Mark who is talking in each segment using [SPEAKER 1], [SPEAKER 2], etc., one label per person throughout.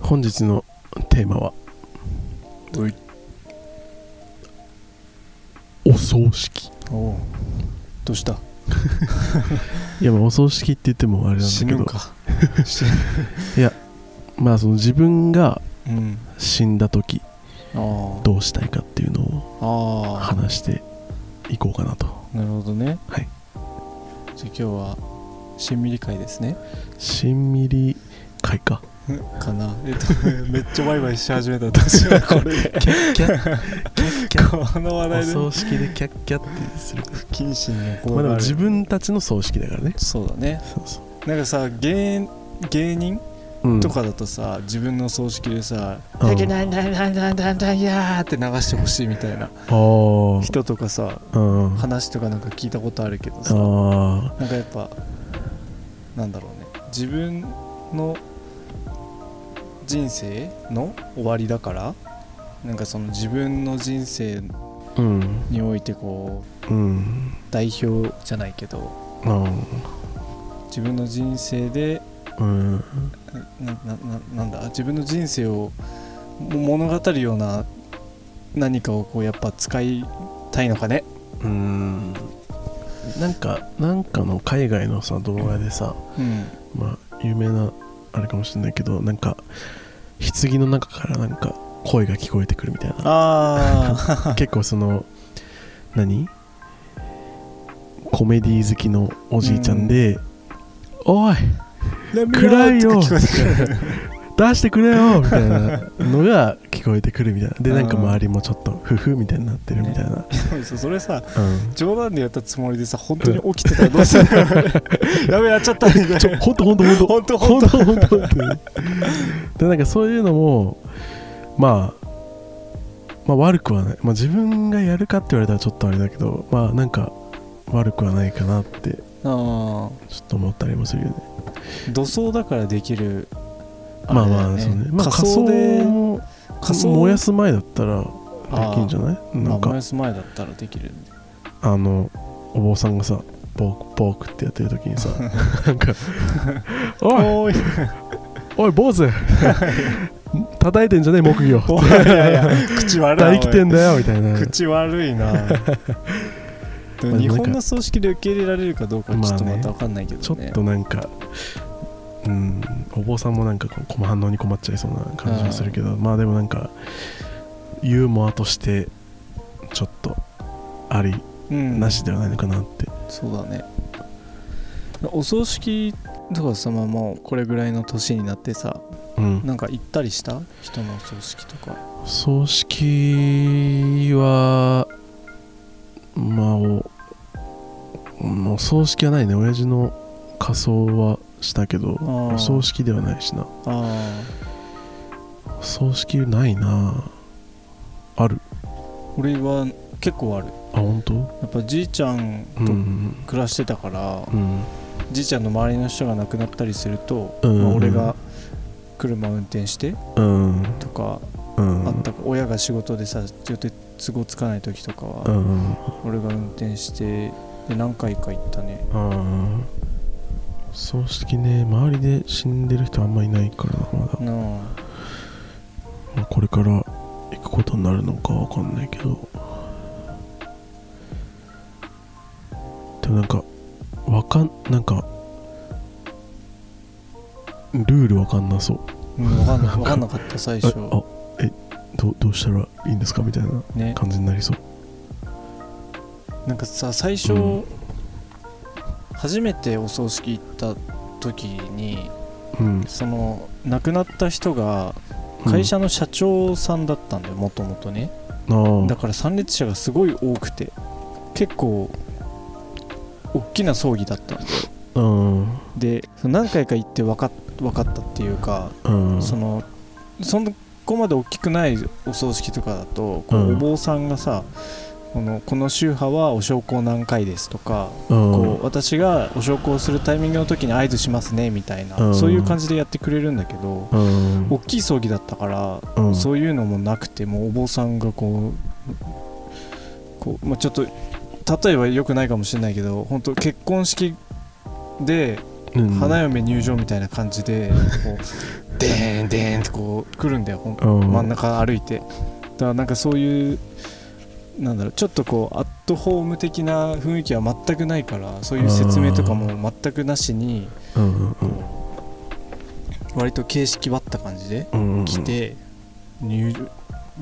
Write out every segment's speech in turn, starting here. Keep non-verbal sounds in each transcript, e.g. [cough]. [SPEAKER 1] 本日のテーマは
[SPEAKER 2] はい
[SPEAKER 1] お葬式
[SPEAKER 2] おおどうした
[SPEAKER 1] いやまあお葬式って言ってもあれなんだ
[SPEAKER 2] 死
[SPEAKER 1] け
[SPEAKER 2] ぬ
[SPEAKER 1] ど
[SPEAKER 2] んか
[SPEAKER 1] まあその自分が
[SPEAKER 2] うん
[SPEAKER 1] 死んだ時
[SPEAKER 2] あー
[SPEAKER 1] どうしたいかっていうのを
[SPEAKER 2] あ
[SPEAKER 1] 話していこうかなと
[SPEAKER 2] ーなるほどね
[SPEAKER 1] はい
[SPEAKER 2] じゃあ今日 [laughs] はしんみり会ですね
[SPEAKER 1] しんみり会か
[SPEAKER 2] かなえっとめっちゃワイワイし始めた私はこれでこの話
[SPEAKER 1] お
[SPEAKER 2] 題で
[SPEAKER 1] 葬式でキャッキャってする
[SPEAKER 2] 不謹慎な
[SPEAKER 1] まあ
[SPEAKER 2] 声
[SPEAKER 1] で
[SPEAKER 2] が
[SPEAKER 1] も
[SPEAKER 2] あ
[SPEAKER 1] 自
[SPEAKER 2] る
[SPEAKER 1] 分たちの葬式だからね
[SPEAKER 2] そうだね
[SPEAKER 1] そうそ
[SPEAKER 2] なんかさ芸芸人
[SPEAKER 1] う、うん、
[SPEAKER 2] とかだとさ自分の葬式でさ「
[SPEAKER 1] うん
[SPEAKER 2] だけなんだなんだなんだいやー」って流してほしいみたいな
[SPEAKER 1] あー
[SPEAKER 2] 人とかさ
[SPEAKER 1] うんあ
[SPEAKER 2] 話とかなんか聞いたことあるけどさ
[SPEAKER 1] ー
[SPEAKER 2] なんかやっぱなんだろうね自分の人生の終わりだからなんかその自分の人生
[SPEAKER 1] うん
[SPEAKER 2] においてこう
[SPEAKER 1] うん
[SPEAKER 2] 代表じゃないけど
[SPEAKER 1] あー
[SPEAKER 2] 自分の人生で
[SPEAKER 1] うん
[SPEAKER 2] ななななんだ自分の人生をも物語るような何かをこうやっぱ使いたいのかね
[SPEAKER 1] うーんなんかなんかの海外のさ動画でさ、
[SPEAKER 2] うん
[SPEAKER 1] まあ有名なあれかもしれないけどなんか棺の中からなんか声が聞こえてくるみたいな
[SPEAKER 2] あ
[SPEAKER 1] 結構その何コメディ好きのおじいちゃんで「おい
[SPEAKER 2] あ
[SPEAKER 1] [laughs] 暗いよ
[SPEAKER 2] 聞こえてくる
[SPEAKER 1] 出してくれ [laughs] よ!」みたいなのが聞こえてくるみたいなでなんか
[SPEAKER 2] うん
[SPEAKER 1] 周りもちょっと「ふふ」みたいになってるみたいな、
[SPEAKER 2] [laughs] そうそれさ
[SPEAKER 1] うん
[SPEAKER 2] 冗談でやったつもりでさ本当に起きてたらどうする [laughs] やべえやっちゃったみたいな
[SPEAKER 1] ちょほんとほんとほんと
[SPEAKER 2] 本当
[SPEAKER 1] 本
[SPEAKER 2] 本
[SPEAKER 1] 当
[SPEAKER 2] 当
[SPEAKER 1] 本当本当でなんかそういうのも、まあ、まあ悪くはない、まあ、自分がやるかって言われたらちょっとあれだけどまあなんか悪くはないかなって
[SPEAKER 2] あ
[SPEAKER 1] ちょっと思ったりもするよね
[SPEAKER 2] ー土葬だからできる
[SPEAKER 1] まあまあ
[SPEAKER 2] れだ
[SPEAKER 1] そ
[SPEAKER 2] よ
[SPEAKER 1] うね、まあ、
[SPEAKER 2] 仮想で
[SPEAKER 1] も
[SPEAKER 2] 仮想
[SPEAKER 1] 燃やす前だったらできんじゃない
[SPEAKER 2] ま
[SPEAKER 1] な
[SPEAKER 2] あ
[SPEAKER 1] んか、
[SPEAKER 2] 燃やす前だったらできるんで
[SPEAKER 1] あのお坊さんがさボークボークってやってる時に
[SPEAKER 2] [laughs]
[SPEAKER 1] さなんか「おい
[SPEAKER 2] おい
[SPEAKER 1] おい坊
[SPEAKER 2] [laughs]
[SPEAKER 1] 主叩いてんじゃねえ木魚」
[SPEAKER 2] おいいやいや口悪いな
[SPEAKER 1] 大生きてんだよみたいな
[SPEAKER 2] おい口悪
[SPEAKER 1] [laughs]
[SPEAKER 2] いなでも日本の葬式で受け入れられるかどうかちょっと
[SPEAKER 1] まあね
[SPEAKER 2] また分かんないけどね
[SPEAKER 1] ちょっとなんか、うん、お坊さんもなんかこうこう反応に困っちゃいそうな感じがするけど、まあでもなんか、ユーモアとして、ちょっと、あり、
[SPEAKER 2] うん
[SPEAKER 1] なしではないのかなって。
[SPEAKER 2] そうだねお葬式とかさまあもうこれぐらいの年になってさ
[SPEAKER 1] うん。
[SPEAKER 2] なんか行ったりした人のお葬式とか
[SPEAKER 1] 葬式は、まあ、お、もう葬式はないね。親父の仮装はしたけど、
[SPEAKER 2] ー
[SPEAKER 1] お葬式ではないしな。
[SPEAKER 2] ああ
[SPEAKER 1] 葬式ないなある。
[SPEAKER 2] 俺は結構ある
[SPEAKER 1] あ、本当
[SPEAKER 2] やっぱじいちゃん
[SPEAKER 1] うんう
[SPEAKER 2] と
[SPEAKER 1] ん
[SPEAKER 2] 暮らしてたから、
[SPEAKER 1] うん。うん。
[SPEAKER 2] じいちゃんの周りの人が亡くなったりすると、
[SPEAKER 1] うん
[SPEAKER 2] まあ俺が車運転して
[SPEAKER 1] うん
[SPEAKER 2] とか、
[SPEAKER 1] うん
[SPEAKER 2] あったか親が仕事でさちょっと都合つかない時とか
[SPEAKER 1] う
[SPEAKER 2] は、
[SPEAKER 1] ん
[SPEAKER 2] 俺が運転してで何回か行ったね
[SPEAKER 1] うん葬式ね周りで死んでる人あんまいないからなまだ、
[SPEAKER 2] な
[SPEAKER 1] まあ、これから行くことになるのかわかんないけどでもなんかわかんなんかルールわかんなそう
[SPEAKER 2] うん、分かんな分かんなかった最
[SPEAKER 1] え
[SPEAKER 2] 初
[SPEAKER 1] あえどどうしたらいいんですかみたいな
[SPEAKER 2] ね
[SPEAKER 1] 感じになりそう
[SPEAKER 2] なんかさ最初、
[SPEAKER 1] うん
[SPEAKER 2] 初めてお葬式行った時に
[SPEAKER 1] うん
[SPEAKER 2] その亡くなった人が会社の社長さんだったんだよもともとね
[SPEAKER 1] の
[SPEAKER 2] だから参列者がすごい多くて結構大きな葬儀だったんですよ
[SPEAKER 1] うん
[SPEAKER 2] でその何回か行って分かっ分かったっていうか
[SPEAKER 1] うん
[SPEAKER 2] そのそこまで大きくないお葬式とかだとこう
[SPEAKER 1] うん
[SPEAKER 2] お坊さんがさ、このこの宗派はお焼香何回ですとか、
[SPEAKER 1] うん
[SPEAKER 2] こう私がお焼香するタイミングの時に合図しますねみたいな、
[SPEAKER 1] うん
[SPEAKER 2] そういう感じでやってくれるんだけど、
[SPEAKER 1] うん
[SPEAKER 2] 大きい葬儀だったから、
[SPEAKER 1] うん
[SPEAKER 2] そういうのもなくてもうお坊さんがこうこう、まあ、ちょっと例えば良くないかもしれないけど本当結婚式で
[SPEAKER 1] うん
[SPEAKER 2] 花嫁入場みたいな感じでこう [laughs] でーんでーんってこう来るんだよほんと
[SPEAKER 1] うん
[SPEAKER 2] 真ん中歩いてだからなんかそういうなんだろうちょっとこうアットホーム的な雰囲気は全くないからそういう説明とかも全くなしに
[SPEAKER 1] うんうんうん
[SPEAKER 2] 割と形式ばった感じで
[SPEAKER 1] うんうん
[SPEAKER 2] 来て入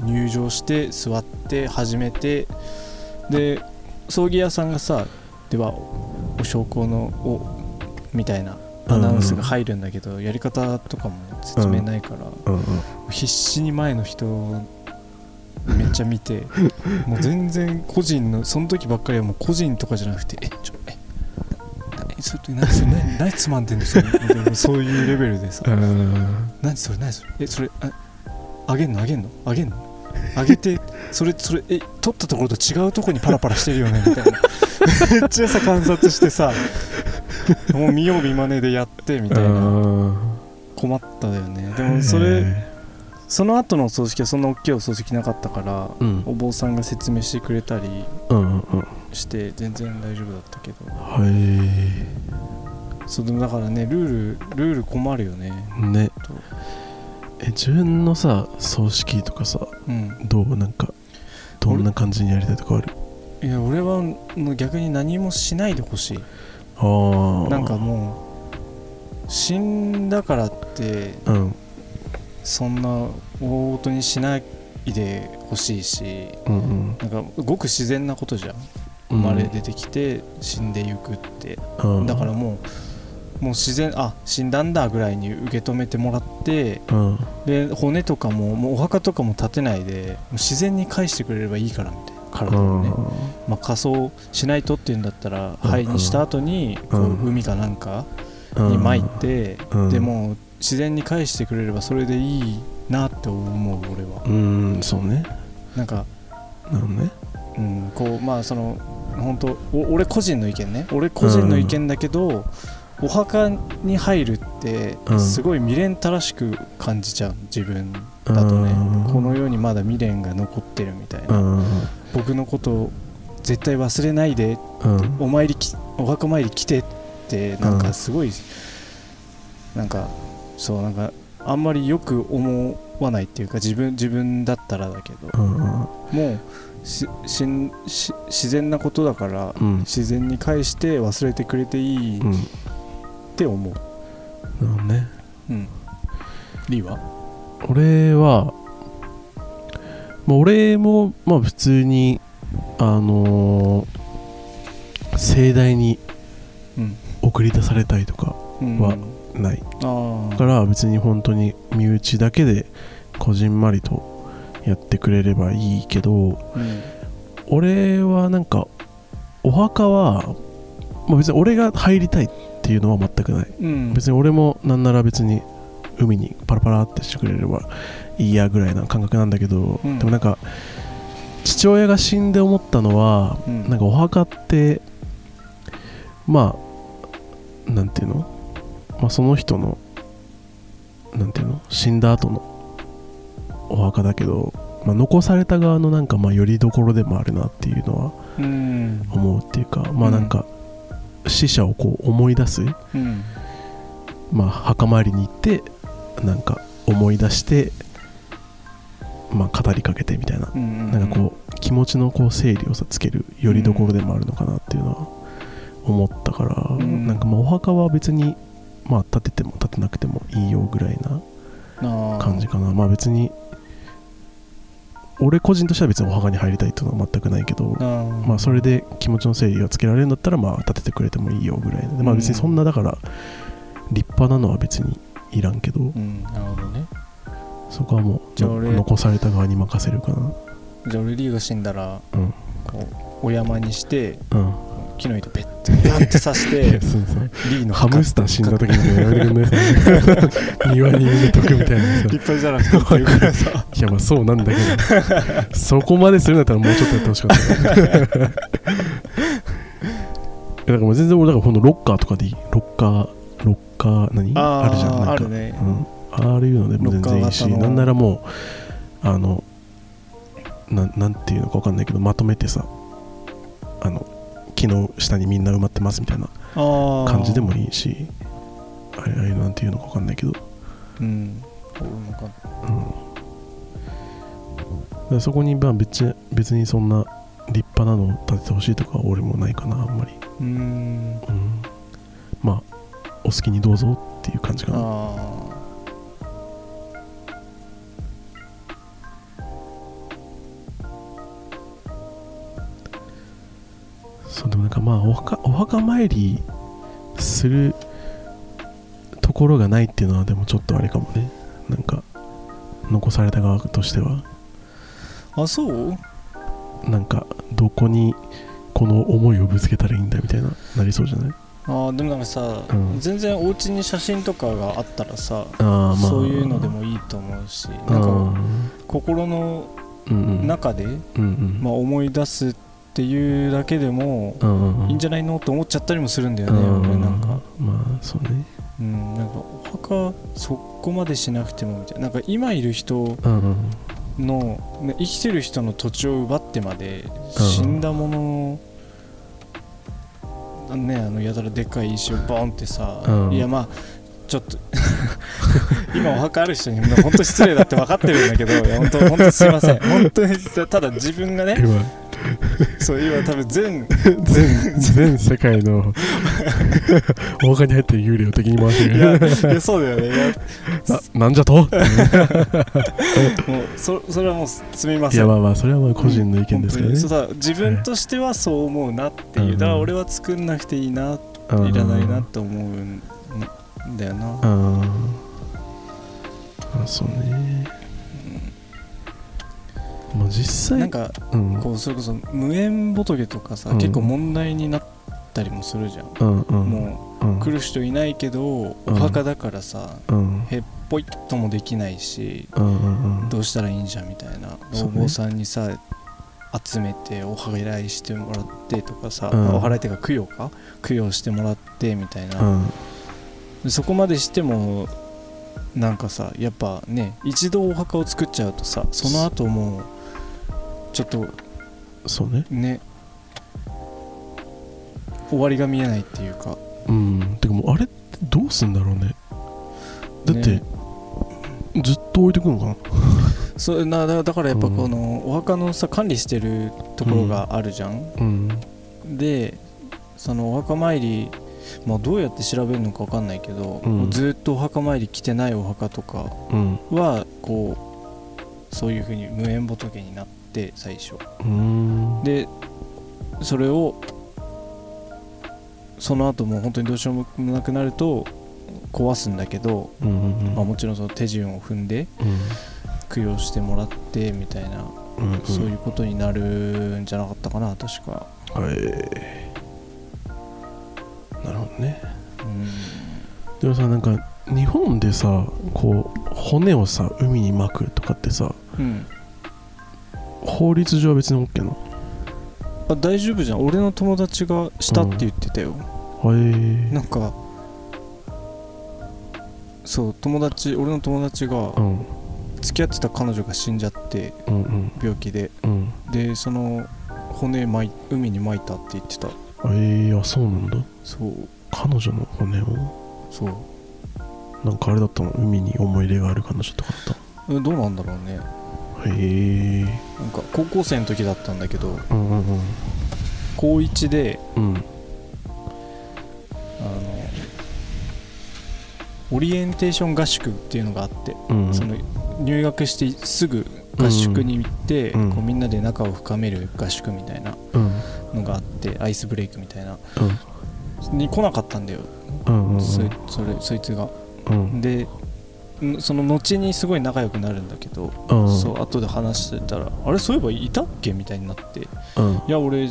[SPEAKER 2] 入場して座って始めてで葬儀屋さんがさではお焼香のをみたいなアナウンスが入るんだけど、やり方とかも説明ないから、
[SPEAKER 1] うんうん
[SPEAKER 2] 必死に前の人をめっちゃ見てもう全然個人のその時ばっかりはもう個人とかじゃなくてえちょえ何それ何それ何何つまんでんのそれみたいなそういうレベルでさ
[SPEAKER 1] うん
[SPEAKER 2] 何それ何それえそれああげんのあげんのあげんのあげて [laughs] それそれえ取ったところと違うところにパラパラしてるよねみたいな [laughs] めっちゃさ観察してさもう見よう見まねでやってみたいな困ったよねでもそれその後のお葬式はそんな大きいお葬式なかったから
[SPEAKER 1] うん
[SPEAKER 2] お坊さんが説明してくれたり
[SPEAKER 1] うんうんうん
[SPEAKER 2] して全然大丈夫だったけど
[SPEAKER 1] はい
[SPEAKER 2] そうでもだからねルールルール困るよね
[SPEAKER 1] ね
[SPEAKER 2] と
[SPEAKER 1] え自分のさ葬式とかさ
[SPEAKER 2] うん
[SPEAKER 1] どうなんかどんな感じにやりたいとかある
[SPEAKER 2] いや俺はもう逆に何もしないでほしい
[SPEAKER 1] あー
[SPEAKER 2] なんかもう死んだからって
[SPEAKER 1] うん
[SPEAKER 2] そんな大事にしないでほしいし
[SPEAKER 1] うんうん
[SPEAKER 2] なんかごく自然なことじゃん
[SPEAKER 1] 生
[SPEAKER 2] 生まれ出てきて死んでゆくって、だからもうもう自然あ死んだんだぐらいに受け止めてもらって
[SPEAKER 1] うん
[SPEAKER 2] で骨とかももうお墓とかも立てないでもう自然に返してくれればいいからみたいな体をね、まあ、仮装しないとっていうんだったら
[SPEAKER 1] うん
[SPEAKER 2] 灰にした後にこう
[SPEAKER 1] うん
[SPEAKER 2] 海かなんか
[SPEAKER 1] うん
[SPEAKER 2] に巻いて、
[SPEAKER 1] うん
[SPEAKER 2] でも自然に返してくれればそれでいいなって思う俺は
[SPEAKER 1] うんそうね
[SPEAKER 2] なんか、
[SPEAKER 1] なるほどね
[SPEAKER 2] うん、こうまあその本当お俺個人の意見ね俺個人の意見だけど、お墓に入るって
[SPEAKER 1] うん
[SPEAKER 2] すごい未練たらしく感じちゃう自分だとね、
[SPEAKER 1] うん
[SPEAKER 2] この世にまだ未練が残ってるみたいな、
[SPEAKER 1] うん
[SPEAKER 2] 僕のことを絶対忘れないで
[SPEAKER 1] うん
[SPEAKER 2] お参りきお墓参り来てってなん
[SPEAKER 1] う
[SPEAKER 2] か
[SPEAKER 1] ん
[SPEAKER 2] すごい、なんかそうなんかあんまりよく思わないっていうか自分自分だったらだけど
[SPEAKER 1] うん
[SPEAKER 2] もうししんし自然なことだから
[SPEAKER 1] うん
[SPEAKER 2] 自然に返して忘れてくれていいっ
[SPEAKER 1] うん
[SPEAKER 2] て思う、
[SPEAKER 1] なるほどね
[SPEAKER 2] うん、リーは
[SPEAKER 1] 俺は、まあ、俺もまあ普通にあのー盛大に
[SPEAKER 2] うん、
[SPEAKER 1] 送り出されたりとか
[SPEAKER 2] うん、
[SPEAKER 1] はない
[SPEAKER 2] あ
[SPEAKER 1] だ
[SPEAKER 2] あ
[SPEAKER 1] から別に本当に身内だけでこじんまりとやってくれればいいけど
[SPEAKER 2] うん
[SPEAKER 1] 俺はなんかお墓は、まあ、別に俺が入りたいっていうのは全くない
[SPEAKER 2] うん
[SPEAKER 1] 別に俺もなんなら別に海にパラパラってしてくれればいいやぐらいな感覚なんだけど、
[SPEAKER 2] うん
[SPEAKER 1] でもなんか父親が死んで思ったのは、
[SPEAKER 2] うん
[SPEAKER 1] なんかお墓ってまあなんていうの、まあ、その人のなんていうの死んだ後のお墓だけど、まあ、残された側のなんかまあよりどころでもあるなっていうのは
[SPEAKER 2] うん
[SPEAKER 1] 思うっていうかまあなんか死者をこう思い出す
[SPEAKER 2] うん
[SPEAKER 1] まあ、墓参りに行ってなんか思い出して、まあ、語りかけてみたいな
[SPEAKER 2] うん
[SPEAKER 1] なんかこう気持ちのこう整理をさつけるよりどころでもあるのかなっていうのは思ったから、
[SPEAKER 2] うん
[SPEAKER 1] なんかまあお墓は別に、まあ、建てても建てなくてもいいよぐらいな
[SPEAKER 2] う
[SPEAKER 1] 感じかな、まあ別に俺個人としては別にお墓に入りたいっていうのは全くないけど、まあ、それで気持ちの整理がつけられるんだったらまあ立ててくれてもいいよぐらいで、まあ、別にそんなだから立派なのは別にいらんけど
[SPEAKER 2] うんなるほどね
[SPEAKER 1] そこはもう
[SPEAKER 2] じゃあ
[SPEAKER 1] の
[SPEAKER 2] 俺
[SPEAKER 1] 残された側に任せるかな
[SPEAKER 2] じゃあ俺リーが死んだら、
[SPEAKER 1] うん
[SPEAKER 2] こうお山にして
[SPEAKER 1] うん
[SPEAKER 2] ち木の糸ペッてバンって刺して
[SPEAKER 1] そうそう
[SPEAKER 2] リーの
[SPEAKER 1] ハムスター死んだ時みたいなのやめて
[SPEAKER 2] [laughs]
[SPEAKER 1] くんない庭に埋めとくみ [laughs] たいなさ
[SPEAKER 2] 立派じゃなくてっていうからさ
[SPEAKER 1] いやまあそうなんだけ
[SPEAKER 2] [laughs]
[SPEAKER 1] どそこまでするんだったらもうちょっとやってほしかったないやだからもう全然俺だからほんとロッカーとかでいいロッカーロッカー何あるじゃんなんか
[SPEAKER 2] あるね
[SPEAKER 1] うん、ああいうのでも全然いいし
[SPEAKER 2] ロッカー型の
[SPEAKER 1] なんならもうあのななんていうのか分かんないけどまとめてさあの木の下にみんな埋まってますみたいな感
[SPEAKER 2] 感
[SPEAKER 1] じでもいいしあれああいうのなんていうのか分かんないけど
[SPEAKER 2] うん俺もわかんない
[SPEAKER 1] うんだからそこにまあ別に別にそんな立派なのを建ててほしいとかは俺もないかなあんまり、
[SPEAKER 2] うーん
[SPEAKER 1] うんまあお好きにどうぞっていう感じかな
[SPEAKER 2] あ
[SPEAKER 1] そうでもなんかまあお墓お墓参りするところがないっていうのはでもちょっとあれかもねなんか残された側としては
[SPEAKER 2] ーあそう
[SPEAKER 1] なんかどこにこの思いをぶつけたらいいんだみたいななりそうじゃない
[SPEAKER 2] あーでもなんかさ、
[SPEAKER 1] うん
[SPEAKER 2] 全然お家に写真とかがあったらさ
[SPEAKER 1] あーまあ
[SPEAKER 2] そういうのでもいいと思うしなん
[SPEAKER 1] あ
[SPEAKER 2] か
[SPEAKER 1] ー
[SPEAKER 2] 心の
[SPEAKER 1] うんうん
[SPEAKER 2] 中で、
[SPEAKER 1] うんうん
[SPEAKER 2] まあ、思い出すっていうだけでも
[SPEAKER 1] うんうんうん
[SPEAKER 2] いいんじゃないのと思っちゃったりもするんだよね、俺なんか、
[SPEAKER 1] まあそうね
[SPEAKER 2] うん、なんかお墓そこまでしなくてもみたいななんか今いる人
[SPEAKER 1] うんうん
[SPEAKER 2] のね生きてる人の土地を奪ってまで死んだものをねあのやたらでっかい石をボンってさ、
[SPEAKER 1] うん
[SPEAKER 2] いやまあちょっと [laughs] 今お墓ある人に本当失礼だって分かってるんだけどいや本当本当すいません本当にただ自分がね
[SPEAKER 1] 今
[SPEAKER 2] そう今多分全
[SPEAKER 1] [laughs] 全全世界
[SPEAKER 2] [laughs]
[SPEAKER 1] のお墓に入ってる幽霊を敵に回して
[SPEAKER 2] い
[SPEAKER 1] る
[SPEAKER 2] やいやそうだよねいや
[SPEAKER 1] ななんじゃ
[SPEAKER 2] [laughs]
[SPEAKER 1] と
[SPEAKER 2] もうそそれはもうすすみま
[SPEAKER 1] い
[SPEAKER 2] せん
[SPEAKER 1] やまあまあそれはまあ個人の意見ですけどね
[SPEAKER 2] 本当にそうだ自分としてはそう思うなっていう、
[SPEAKER 1] うん
[SPEAKER 2] だから俺は作んなくていいな、
[SPEAKER 1] うん
[SPEAKER 2] いらないなって思うんだよな、
[SPEAKER 1] あーあそうねまあ実
[SPEAKER 2] な
[SPEAKER 1] 際
[SPEAKER 2] んか
[SPEAKER 1] うんうん
[SPEAKER 2] こうそれこそ無縁仏とかさ、
[SPEAKER 1] うん
[SPEAKER 2] 結構問題になったりもするじゃん、
[SPEAKER 1] うんうん
[SPEAKER 2] も
[SPEAKER 1] う
[SPEAKER 2] うん来る人いないけど
[SPEAKER 1] うん
[SPEAKER 2] お墓だからさ
[SPEAKER 1] うん
[SPEAKER 2] へっぽいっともできないし
[SPEAKER 1] うん
[SPEAKER 2] どうしたらいいんじゃんみたいな
[SPEAKER 1] そう
[SPEAKER 2] お
[SPEAKER 1] ね
[SPEAKER 2] 坊さんにさ集めてお祓いしてもらってとかさ、
[SPEAKER 1] うん
[SPEAKER 2] お祓いっていうか供養か供養してもらってみたいな、
[SPEAKER 1] うん
[SPEAKER 2] そこまでしてもなんかさやっぱね一度お墓を作っちゃうとさその後もうちょっと
[SPEAKER 1] そうね
[SPEAKER 2] ね終わりが見えないっていうか
[SPEAKER 1] うんてかもうあれってどうすんだろうねだって、
[SPEAKER 2] ね
[SPEAKER 1] ずっと置いてくのかな
[SPEAKER 2] そうなだだからやっぱ
[SPEAKER 1] うん
[SPEAKER 2] このお墓のさ管理してるところがあるじゃん、
[SPEAKER 1] うん
[SPEAKER 2] でそのお墓参りまあどうやって調べるのかわかんないけど、
[SPEAKER 1] うん
[SPEAKER 2] ずっとお墓参り来てないお墓とか
[SPEAKER 1] うん
[SPEAKER 2] はこうそういうふうに無縁仏になって最初
[SPEAKER 1] うーん
[SPEAKER 2] でそれをその後もう本当にどうしようもなくなると壊すんだけど、
[SPEAKER 1] うんうんうん
[SPEAKER 2] まあ、もちろんその手順を踏んで供養してもらってみたいな、
[SPEAKER 1] うんうん
[SPEAKER 2] そういうことになるんじゃなかったかな確か、
[SPEAKER 1] はいなるほどね
[SPEAKER 2] うん、
[SPEAKER 1] でもさなんか日本でさこう骨をさ海に撒くとかってさ
[SPEAKER 2] うん
[SPEAKER 1] 法律上は別に OK なの
[SPEAKER 2] あ大丈夫じゃん俺の友達がしたって言ってたよ、
[SPEAKER 1] はい
[SPEAKER 2] なんかそう友達俺の友達が
[SPEAKER 1] うん
[SPEAKER 2] 付き合ってた彼女が死んじゃって
[SPEAKER 1] うんうん
[SPEAKER 2] 病気で
[SPEAKER 1] うん
[SPEAKER 2] でその骨まい海にまいたって言ってた
[SPEAKER 1] ええあそうなんだ
[SPEAKER 2] そう
[SPEAKER 1] 彼女の骨を
[SPEAKER 2] そう
[SPEAKER 1] なんかあれだったの海に思い入れがある彼女とかだっ
[SPEAKER 2] えどうなんだろうねな
[SPEAKER 1] たのへえ
[SPEAKER 2] んか高校生の時だったんだけど
[SPEAKER 1] うんうんうん
[SPEAKER 2] 高1で
[SPEAKER 1] うん
[SPEAKER 2] あのオリエンテーション合宿っていうのがあって、
[SPEAKER 1] うん
[SPEAKER 2] その入学してすぐ合宿に行って、
[SPEAKER 1] うん
[SPEAKER 2] こうみんなで仲を深める合宿みたいな
[SPEAKER 1] うん
[SPEAKER 2] のがあってアイスブレイクみたいな
[SPEAKER 1] うん
[SPEAKER 2] に来なかったんだよ、
[SPEAKER 1] うんうんうん
[SPEAKER 2] そいそれそいつが
[SPEAKER 1] うん
[SPEAKER 2] でんその後にすごい仲良くなるんだけど、
[SPEAKER 1] うん
[SPEAKER 2] そう後で話してたらあれそういえばいたっけみたいになってい
[SPEAKER 1] うん
[SPEAKER 2] や俺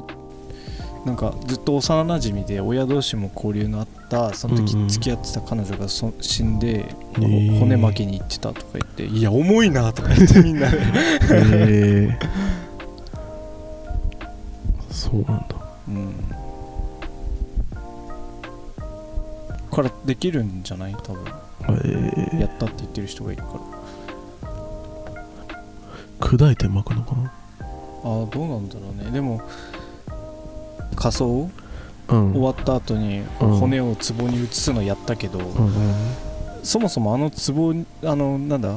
[SPEAKER 2] なんかずっと幼馴染で親同士も交流のあったその時
[SPEAKER 1] うんうん
[SPEAKER 2] 付き合ってた彼女がそ死んで、
[SPEAKER 1] えー
[SPEAKER 2] 骨巻きに行ってたとか言って「いや重いな」とか言ってみ
[SPEAKER 1] [laughs]
[SPEAKER 2] んなで
[SPEAKER 1] えー、そうなんだ
[SPEAKER 2] うんからできるんじゃない多分
[SPEAKER 1] え
[SPEAKER 2] やったって言ってる人がいるから
[SPEAKER 1] ー、砕いて巻くのかな
[SPEAKER 2] ああどうなんだろうねでも仮装
[SPEAKER 1] うん
[SPEAKER 2] 終わった後に
[SPEAKER 1] うん
[SPEAKER 2] 骨を壺に移すのやったけど、
[SPEAKER 1] うんうん
[SPEAKER 2] そもそもあの壺にあのなんだ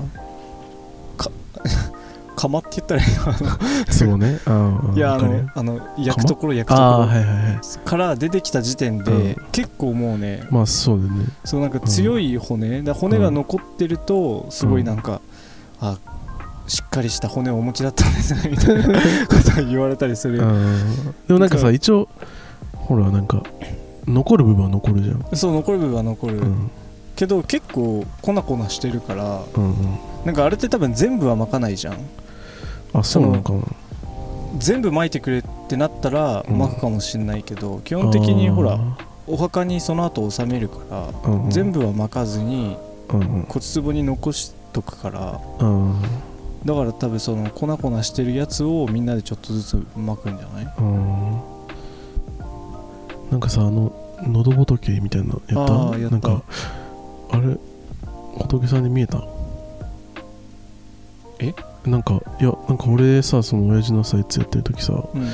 [SPEAKER 2] か [laughs] 釜って言ったらいいのか
[SPEAKER 1] そうねああ
[SPEAKER 2] ないやあ
[SPEAKER 1] わかる
[SPEAKER 2] の
[SPEAKER 1] よ
[SPEAKER 2] あの焼くところ焼くところ、
[SPEAKER 1] ああーはいはいはい
[SPEAKER 2] から出てきた時点で、
[SPEAKER 1] うん
[SPEAKER 2] 結構もうね
[SPEAKER 1] まあそうだよね
[SPEAKER 2] そのなんか強い骨、だ骨が残ってるとすごいなんか、あしっかりした骨をお持ちだったんですねみたいなことを言われたりする、
[SPEAKER 1] うんでもなんか
[SPEAKER 2] だか
[SPEAKER 1] さ一応ほらなんか残る部分は残るじゃん
[SPEAKER 2] そう残る部分は残る、
[SPEAKER 1] うん
[SPEAKER 2] けど結構粉々してるから
[SPEAKER 1] うんうん
[SPEAKER 2] なんかあれって多分全部は巻かないじゃん
[SPEAKER 1] あそうなのかな
[SPEAKER 2] 全部巻いてくれってなったら
[SPEAKER 1] うん
[SPEAKER 2] 巻くかもしんないけど、基本的にほら
[SPEAKER 1] あ
[SPEAKER 2] お墓にその後納めるから、
[SPEAKER 1] ーうんうん
[SPEAKER 2] 全部は巻かずに
[SPEAKER 1] うんうん
[SPEAKER 2] 骨壺に残しとくから
[SPEAKER 1] うん
[SPEAKER 2] だから多分その粉々してるやつをみんなでちょっとずつ巻くんじゃない
[SPEAKER 1] うんなんかさあの喉仏みたいなのやった
[SPEAKER 2] あーやった
[SPEAKER 1] なんかあれ仏さんに見えた
[SPEAKER 2] え
[SPEAKER 1] なんかいやなんか俺さその親父のさいつやってる時さ
[SPEAKER 2] うん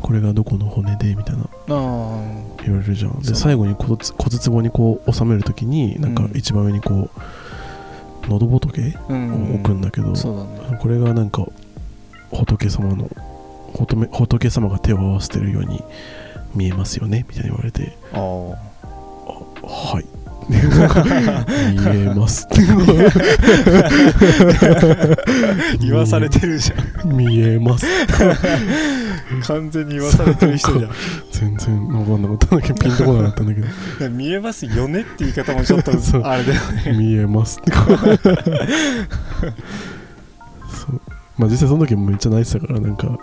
[SPEAKER 1] これがどこの骨でみたいな
[SPEAKER 2] あ
[SPEAKER 1] 言われるじゃん
[SPEAKER 2] そ
[SPEAKER 1] で
[SPEAKER 2] う
[SPEAKER 1] 最後に骨骨壺にこう収めるときになんか
[SPEAKER 2] うん
[SPEAKER 1] 一番上にこう喉仏
[SPEAKER 2] あうん
[SPEAKER 1] を置くんだけど、
[SPEAKER 2] そうだね
[SPEAKER 1] これがなんか仏様の仏仏様が手を合わせてるように見えますよねみたいに言われて
[SPEAKER 2] ああ
[SPEAKER 1] はい見えますって
[SPEAKER 2] 言わされてるじゃん
[SPEAKER 1] 見えます
[SPEAKER 2] 完全に言わされてる人じゃん
[SPEAKER 1] 全然分かんなかったんだけどピンとこなかったんだけど
[SPEAKER 2] いや見えますよねって言い方もちょっと
[SPEAKER 1] [laughs] そう
[SPEAKER 2] あれだよね
[SPEAKER 1] 見えますってそうまあ実際その時もめっちゃ泣いてたからなんか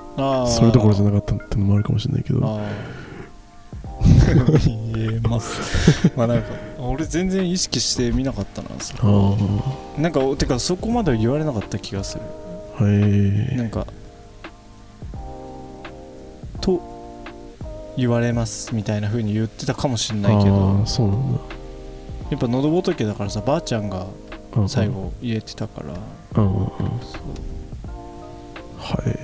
[SPEAKER 1] それどころじゃなかったってのもあるかもしれないけど
[SPEAKER 2] あー [laughs] 言えます [laughs] まあなんか俺全然意識して見なかったなそ
[SPEAKER 1] あ
[SPEAKER 2] こ
[SPEAKER 1] あ
[SPEAKER 2] なんかてかそこまでは言われなかった気がする
[SPEAKER 1] はい
[SPEAKER 2] なんかと言われますみたいな風に言ってたかもしんない
[SPEAKER 1] あ
[SPEAKER 2] けど
[SPEAKER 1] あそうなんだ
[SPEAKER 2] やっぱ喉仏だからさばあちゃんが
[SPEAKER 1] うんうん
[SPEAKER 2] 最後言えてたから、
[SPEAKER 1] うんうんうん
[SPEAKER 2] そう
[SPEAKER 1] はい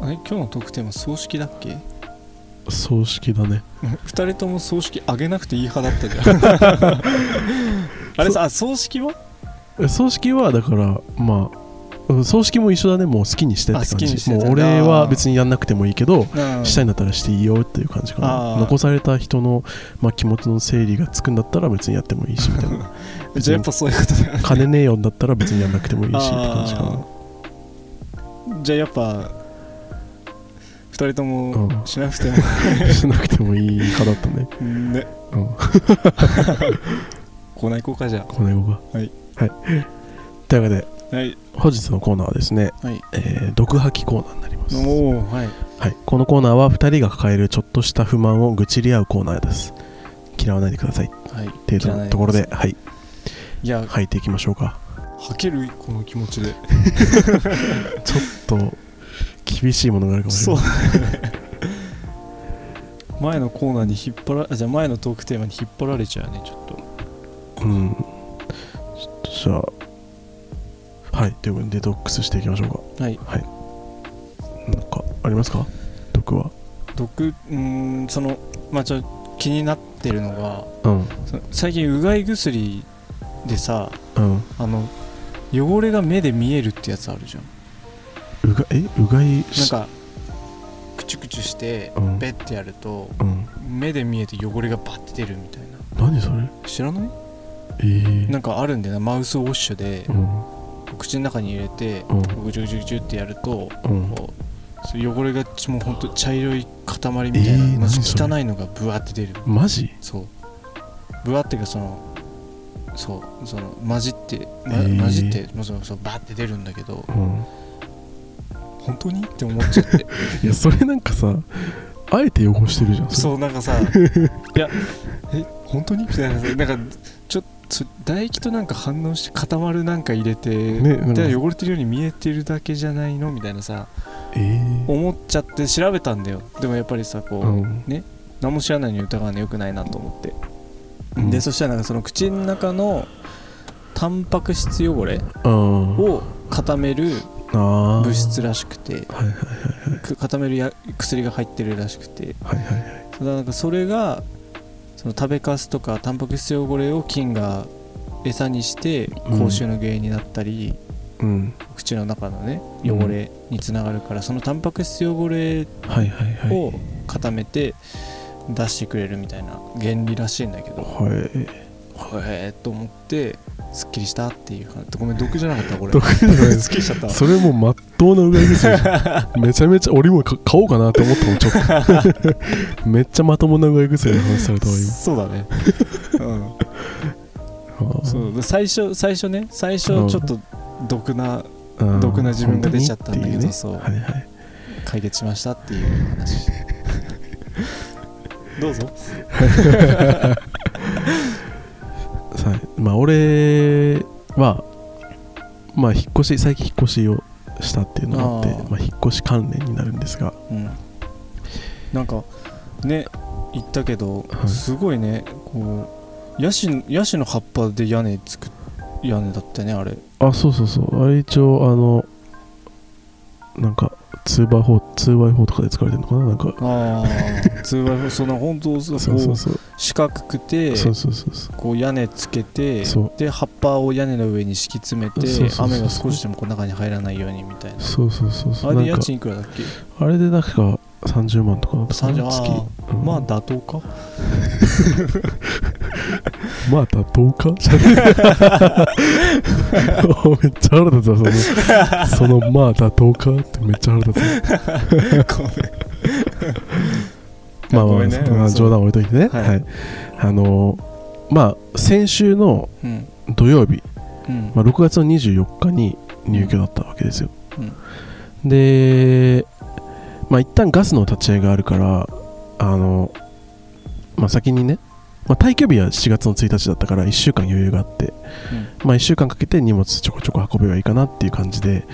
[SPEAKER 2] あれ今日の特典は葬式だっけ [laughs]
[SPEAKER 1] 葬式だね
[SPEAKER 2] 2人とも葬式あげなくていい派だったじゃん [laughs] あれさあ葬式 [laughs] は
[SPEAKER 1] え葬式はだからまあうん葬式も一緒だねもう好きにしてって
[SPEAKER 2] あ好
[SPEAKER 1] 感
[SPEAKER 2] きに
[SPEAKER 1] じ
[SPEAKER 2] して
[SPEAKER 1] もう
[SPEAKER 2] た
[SPEAKER 1] 俺は別にやんなくてもいいけどしたい
[SPEAKER 2] い
[SPEAKER 1] んだったらしていいよっていう感じか
[SPEAKER 2] あ
[SPEAKER 1] な
[SPEAKER 2] ー
[SPEAKER 1] 残された人の、まあ、気持ちの整理がつくんだったら別にやってもいいしみたい
[SPEAKER 2] [laughs]
[SPEAKER 1] な
[SPEAKER 2] じゃあやっぱそういうことだよね
[SPEAKER 1] 金ねえよんだったら別にやんなくてもいいしって感じか
[SPEAKER 2] あーじゃあやっぱ2人と
[SPEAKER 1] う
[SPEAKER 2] も
[SPEAKER 1] ん [laughs]
[SPEAKER 2] しなくても、
[SPEAKER 1] なしなくてもいい派だったね
[SPEAKER 2] ね
[SPEAKER 1] うん
[SPEAKER 2] コーナー行こうかじゃ
[SPEAKER 1] この英語が
[SPEAKER 2] はい、
[SPEAKER 1] はい、 [laughs] というわけで
[SPEAKER 2] あはい
[SPEAKER 1] 本日のコーナーはですね、
[SPEAKER 2] はい
[SPEAKER 1] えー毒吐きコーナーになります
[SPEAKER 2] おおはい
[SPEAKER 1] はい、このコーナーは2人が抱えるちょっとした不満を愚痴り合うコーナーです嫌わないでくださいっ
[SPEAKER 2] はいっ
[SPEAKER 1] い
[SPEAKER 2] て
[SPEAKER 1] うところではい
[SPEAKER 2] いや
[SPEAKER 1] 吐いていきましょうか [laughs]
[SPEAKER 2] 吐けるこの気持ちで
[SPEAKER 1] ちょっと厳しいものがあるかもしれな
[SPEAKER 2] そう
[SPEAKER 1] い
[SPEAKER 2] [laughs] 前のコーナーに引っ張らあじゃあ前のトークテーマに引っ張られちゃうねちょっと
[SPEAKER 1] うんちょっとじゃあはいということでデトックスしていきましょうか
[SPEAKER 2] はい
[SPEAKER 1] はいなんかありますか毒は
[SPEAKER 2] 毒うーんそのまあちょっと気になってるのが
[SPEAKER 1] うん
[SPEAKER 2] その最近うがい薬でさ
[SPEAKER 1] うん
[SPEAKER 2] あの汚れが目で見えるってやつあるじゃん
[SPEAKER 1] うがえうがい
[SPEAKER 2] なん
[SPEAKER 1] し
[SPEAKER 2] かクチュクチュして
[SPEAKER 1] うん
[SPEAKER 2] ベッてやると
[SPEAKER 1] うん
[SPEAKER 2] 目で見えて汚れがバッて出るみたいな
[SPEAKER 1] 何それ
[SPEAKER 2] 知らない
[SPEAKER 1] えー、
[SPEAKER 2] なんかあるんだよなマウスウォッシュで
[SPEAKER 1] うん
[SPEAKER 2] 口の中に入れて
[SPEAKER 1] うん
[SPEAKER 2] ぐちゅぐちゅぐちゅってやると
[SPEAKER 1] うん
[SPEAKER 2] こうそう汚れがちもうほんと茶色い塊みたいな、
[SPEAKER 1] えー
[SPEAKER 2] まず
[SPEAKER 1] 何それ
[SPEAKER 2] 汚いのがブワーって出る
[SPEAKER 1] マジ
[SPEAKER 2] そうブワーっていうかそのそうその混じって、ま
[SPEAKER 1] えー
[SPEAKER 2] 混じってもうそのそうバーって出るんだけど
[SPEAKER 1] うん
[SPEAKER 3] 本当にって思っちゃって
[SPEAKER 1] いやそれなんかさあえて汚してるじゃんそれ
[SPEAKER 3] そうなんかさいやえ本当にみたいなさなんかちょっと唾液となんか反応して固まるなんか入れて、
[SPEAKER 1] ねなんか
[SPEAKER 3] で汚れてるように見えてるだけじゃないのみたいなさ
[SPEAKER 1] ええ
[SPEAKER 3] 思っちゃって調べたんだよでもやっぱりさこう、
[SPEAKER 1] うん
[SPEAKER 3] 何も知らないのに疑うのよくないなと思って、
[SPEAKER 1] うん
[SPEAKER 2] でそしたらなんかその口の中のタンパク質汚れ
[SPEAKER 1] うん
[SPEAKER 2] を固める
[SPEAKER 1] あー
[SPEAKER 2] 物質らしくて
[SPEAKER 1] はいはい
[SPEAKER 2] く固めるや薬が入ってるらしくて
[SPEAKER 1] はいはいはい
[SPEAKER 2] ただなんかそれがその食べかすとかタンパク質汚れを菌が餌にして
[SPEAKER 1] うん
[SPEAKER 2] 口臭の原因になったり、
[SPEAKER 1] うん
[SPEAKER 2] 口の中のね
[SPEAKER 1] うん
[SPEAKER 2] 汚れにつながるから、そのタンパク質汚れ
[SPEAKER 1] はいはいはい
[SPEAKER 2] を固めて出してくれるみたいな原理らしいんだけど、
[SPEAKER 1] はい
[SPEAKER 2] へえと思ってすっきりしたっていう感じごめん毒じゃなかったこれ
[SPEAKER 1] 毒じゃないです
[SPEAKER 3] っきりしちゃった
[SPEAKER 1] それもまっとうなうが
[SPEAKER 3] [laughs]
[SPEAKER 1] いですよめちゃめちゃ俺もか買おうかなって思ったもんちょっ
[SPEAKER 3] [laughs]
[SPEAKER 1] とめっちゃまともなうがい薬の話されたわ
[SPEAKER 3] そうだね、うん
[SPEAKER 1] 今
[SPEAKER 3] そうで最初最初ね最初
[SPEAKER 1] うん
[SPEAKER 3] ちょっと毒な
[SPEAKER 1] うん
[SPEAKER 3] 毒な自分が出ちゃったんだけ
[SPEAKER 1] 本
[SPEAKER 3] ど
[SPEAKER 1] 当にって
[SPEAKER 3] そう
[SPEAKER 1] いうねはいはい
[SPEAKER 3] 解決しましたっていう
[SPEAKER 1] [laughs]
[SPEAKER 3] 話どうぞ
[SPEAKER 1] さあまあ俺はまあ引っ越し最近引っ越しをしたっていうのがあって
[SPEAKER 2] あー
[SPEAKER 1] まあ、引っ越し関連になるんですが
[SPEAKER 2] うん、なんかね言ったけど、
[SPEAKER 1] はい
[SPEAKER 2] すごいねこうヤシヤシの葉っぱで屋根作っ屋根だったねあれ
[SPEAKER 1] あそうそうそうあれ一応あのなんか 2x4, 2x4 とかで使われてるのかななんか
[SPEAKER 2] ああ通話その本当そう
[SPEAKER 1] そうそうそう
[SPEAKER 2] こう四角くて
[SPEAKER 1] そうそうそうそう
[SPEAKER 2] こう屋根つけて
[SPEAKER 1] そう
[SPEAKER 2] で葉っぱを屋根の上に敷き詰め
[SPEAKER 1] そ
[SPEAKER 2] て
[SPEAKER 1] うそうそうそう
[SPEAKER 2] 雨が少しでもこう中に入らないようにみたいな
[SPEAKER 1] そうそうそうそう
[SPEAKER 2] あれで
[SPEAKER 1] なん
[SPEAKER 2] 家
[SPEAKER 1] か
[SPEAKER 2] 賃いくらだっけ
[SPEAKER 1] あれでなんか30万とかだったか
[SPEAKER 2] 30
[SPEAKER 1] な
[SPEAKER 2] あ
[SPEAKER 1] 月
[SPEAKER 2] ー、
[SPEAKER 1] うん
[SPEAKER 2] まあ妥当か
[SPEAKER 1] まあ妥当かめっちゃ腹立つわそのそのまあ妥当かってめっちゃ腹立つまあ
[SPEAKER 3] ご
[SPEAKER 1] ま
[SPEAKER 3] め
[SPEAKER 1] あ、
[SPEAKER 3] んね
[SPEAKER 1] まあ冗談置いといてね、
[SPEAKER 2] は
[SPEAKER 1] はいいあのーまあ先週の
[SPEAKER 2] うん
[SPEAKER 1] 土曜日、
[SPEAKER 2] うん
[SPEAKER 1] まあ、6月の24日に入居だったわけですよ、
[SPEAKER 2] うん
[SPEAKER 1] でまあ一旦ガスの立ち会いがあるからあの、まあ、先にね、まあ、退去日は7月の1日だったから1週間余裕があって、まあ1週間かけて荷物ちょこちょこ運べばいいかなっていう感じで、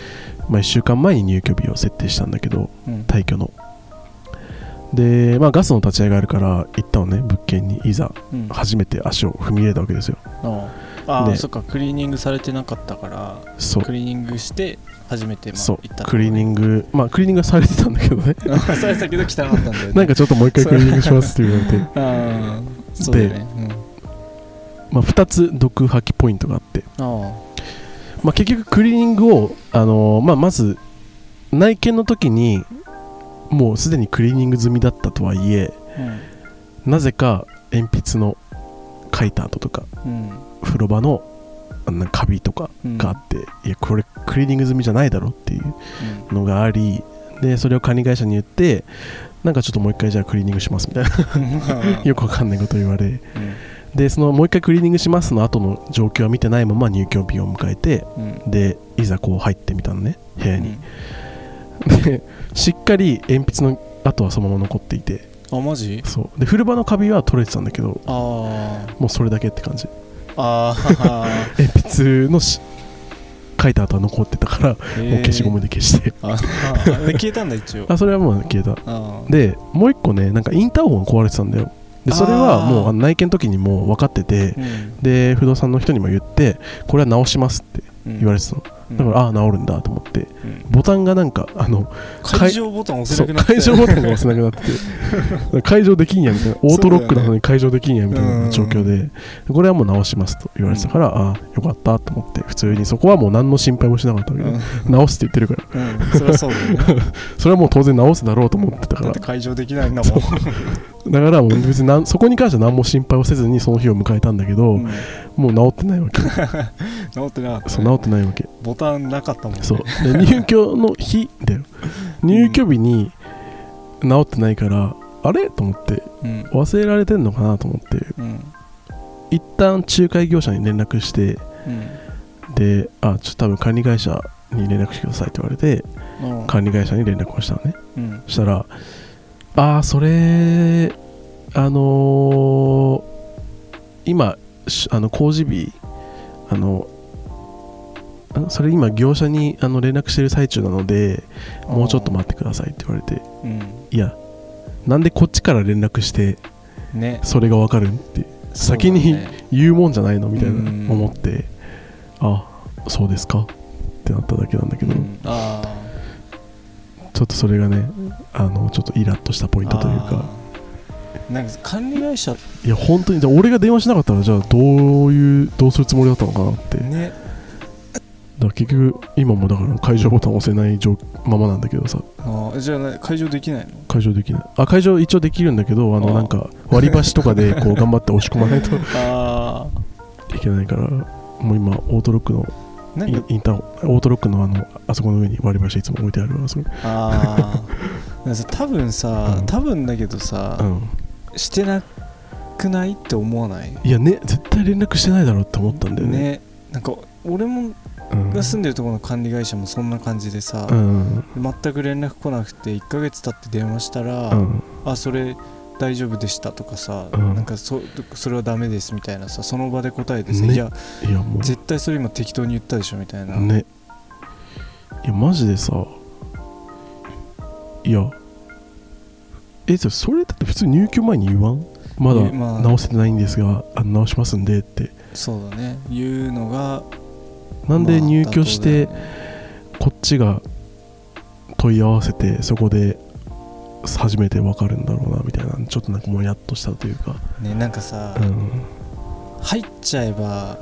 [SPEAKER 1] まあ、1週間前に入居日を設定したんだけど
[SPEAKER 2] うん
[SPEAKER 1] 退去ので、まあ、ガスの立ち会いがあるから一旦はね物件にいざ
[SPEAKER 2] うん
[SPEAKER 1] 初めて足を踏み入れたわけですよ
[SPEAKER 2] あああー
[SPEAKER 1] で
[SPEAKER 2] そっかクリーニングされてなかったから
[SPEAKER 1] そう
[SPEAKER 2] クリーニングして初めて、まあ、
[SPEAKER 1] そう
[SPEAKER 2] 行った
[SPEAKER 1] クリーニ
[SPEAKER 2] ン
[SPEAKER 1] ングまあクリーニングはされてたんだけどね [laughs]
[SPEAKER 2] グ [laughs] されたけど汚かったんだよね
[SPEAKER 1] なんかちょっともう一回クリーニングしますって言われて
[SPEAKER 2] ああそうだよね、
[SPEAKER 1] まあ2つ毒吐きポイントがあって、
[SPEAKER 2] うん、あ
[SPEAKER 1] まあ、結局クリーニングを、あのーまあ、まず内見の時にもうすでにクリーニング済みだったとはいえ
[SPEAKER 2] あうん
[SPEAKER 1] なぜか鉛筆の書いた跡とか
[SPEAKER 2] うん
[SPEAKER 1] 風呂場のあんなカビとか
[SPEAKER 2] うん
[SPEAKER 1] があって、いやこれクリーニング済みじゃないだろっていうのがありでそれを管理会社に言ってなんかちょっともう一回じゃあクリーニングしますみたいな
[SPEAKER 2] [laughs] うん
[SPEAKER 1] よくわかんないこと言われ
[SPEAKER 2] うん
[SPEAKER 1] でそのもう一回クリーニングしますの後の状況は見てないまま入居日を迎えて
[SPEAKER 2] うん
[SPEAKER 1] でいざこう入ってみたのね部屋
[SPEAKER 2] う
[SPEAKER 1] に、
[SPEAKER 2] ん
[SPEAKER 1] でしっかり鉛筆の跡はそのまま残っていて
[SPEAKER 2] あマジ
[SPEAKER 1] そうで風呂場のカビは取れてたんだけど
[SPEAKER 2] あ
[SPEAKER 1] もうそれだけって感じ
[SPEAKER 2] ああ
[SPEAKER 1] 鉛筆のし書いた後は残ってたから、
[SPEAKER 2] あ
[SPEAKER 1] [laughs] もう消しゴムで消して
[SPEAKER 2] あーで消えたんだ一応
[SPEAKER 1] あそれはもう消えた
[SPEAKER 2] あー
[SPEAKER 1] でもう一個ねなんかインターホンが壊れてたんだよでそれはもう
[SPEAKER 2] あー
[SPEAKER 1] あの内見の時にもう分かってて
[SPEAKER 2] うん
[SPEAKER 1] で不動産の人にも言ってこれは直しますって
[SPEAKER 2] うん
[SPEAKER 1] 言われてたの、
[SPEAKER 2] うん
[SPEAKER 1] だからああー治るんだと思って
[SPEAKER 2] うん
[SPEAKER 1] ボタンがなんかあの
[SPEAKER 2] 解除ボタン押
[SPEAKER 1] そ
[SPEAKER 2] せな
[SPEAKER 1] う
[SPEAKER 2] くなって
[SPEAKER 1] 解除ボタンが押せなくな
[SPEAKER 2] [laughs]
[SPEAKER 1] っててだから解除できんやみたいなオートロックなのに解除できんやみたいな状況でこれはもう直しますと言われてたから、ああーよかったと思って普通にそこはもう何の心配もしなかったわけで、直すって言ってるから
[SPEAKER 2] うんうんそりゃそうだよね
[SPEAKER 1] [laughs] それはもう当然直すだろうと思ってたか
[SPEAKER 3] だって
[SPEAKER 1] ら
[SPEAKER 3] 解除できないんだもん
[SPEAKER 1] だからもう別になんそこに関しては何も心配をせずにその日を迎えたんだけど、
[SPEAKER 3] うん
[SPEAKER 1] もう治ってないわ
[SPEAKER 3] [laughs]
[SPEAKER 1] け
[SPEAKER 3] 治ってなかった
[SPEAKER 1] そう
[SPEAKER 3] ね
[SPEAKER 1] 治ってないわけ
[SPEAKER 3] ボタンなかったもんね
[SPEAKER 1] そうで入居の日だよ入居日に治ってないから、あれと思って
[SPEAKER 2] うん
[SPEAKER 1] 忘れられてんのかなと思って
[SPEAKER 2] うん
[SPEAKER 1] 一旦仲介業者に連絡して
[SPEAKER 2] うん
[SPEAKER 1] であちょっと多分管理会社に連絡してくださいって言われて
[SPEAKER 2] うん
[SPEAKER 1] 管理会社に連絡をしたのね
[SPEAKER 2] うん
[SPEAKER 1] そしたら「ああそれあのー今しあの工事日あのんそれ今業者にあの連絡してる最中なのでもうちょっと待ってくださいって言われて
[SPEAKER 2] うん
[SPEAKER 1] いやなんでこっちから連絡して
[SPEAKER 2] ね
[SPEAKER 1] それがわかるんって先
[SPEAKER 2] そう
[SPEAKER 1] に
[SPEAKER 2] だね
[SPEAKER 1] 言うもんじゃないのみたいな
[SPEAKER 2] うん
[SPEAKER 1] 思ってあそうですかってなっただけなんだけど、
[SPEAKER 2] うんあー
[SPEAKER 1] ちょっとそれがねあのちょっとイラッとしたポイントというか
[SPEAKER 2] あーなんか管理会社
[SPEAKER 1] いや本当にじゃあ俺が電話しなかったらじゃあどういうどうするつもりだったのかなってだか
[SPEAKER 2] ね
[SPEAKER 1] ら結局今もだから解除ボタン押せない状ままなんだけどさ
[SPEAKER 2] あーじゃあね解除で
[SPEAKER 1] [laughs]
[SPEAKER 2] きないの
[SPEAKER 1] 解除できないあ解除一応できるんだけどあ
[SPEAKER 2] あ
[SPEAKER 1] の
[SPEAKER 2] ー
[SPEAKER 1] なんか割り箸とかでこ
[SPEAKER 2] [laughs]
[SPEAKER 1] う頑張って押し込まないと
[SPEAKER 2] あ
[SPEAKER 1] いけないからもう今オートロックの
[SPEAKER 2] あなん
[SPEAKER 1] イ
[SPEAKER 2] か
[SPEAKER 1] ンインターオートロックのあのあそこの上に割り箸いつも置いてあるわそれ
[SPEAKER 2] ああなんかさ多分さ、
[SPEAKER 1] うん
[SPEAKER 2] 多分だけどさ
[SPEAKER 1] う、ん
[SPEAKER 2] してなくないって思わない
[SPEAKER 1] いやね絶対連絡してないだろうって思ったんだよね
[SPEAKER 2] ねなんか俺も
[SPEAKER 1] うん
[SPEAKER 2] が住んでるところの管理会社もそんな感じでさ、
[SPEAKER 1] うん
[SPEAKER 2] 全く連絡来なくて1ヶ月経って電話したら、
[SPEAKER 1] うん
[SPEAKER 2] あそれ大丈夫でしたとかさ、
[SPEAKER 1] うん
[SPEAKER 2] なんかそそれはダメですみたいなさその場で答えてさ、
[SPEAKER 1] ね
[SPEAKER 2] いや
[SPEAKER 1] いやもう
[SPEAKER 2] 絶対それ今適当に言ったでしょみたいな、
[SPEAKER 1] ねいやマジでさいやえじゃあそれだって普通入居前に言わんま
[SPEAKER 2] 言うま
[SPEAKER 1] だ
[SPEAKER 2] あ
[SPEAKER 1] 直せてないんですが、あの直しますんでって
[SPEAKER 2] そうだね言うのが
[SPEAKER 1] なんで
[SPEAKER 2] まあ
[SPEAKER 1] 入居して
[SPEAKER 2] 妥当だよね
[SPEAKER 1] こっちが問い合わせてそこで初めて分かるんだろうなみたいなちょっとなんかもうやっとしたというか
[SPEAKER 2] ねなんかさ、
[SPEAKER 1] う
[SPEAKER 2] 入っちゃえば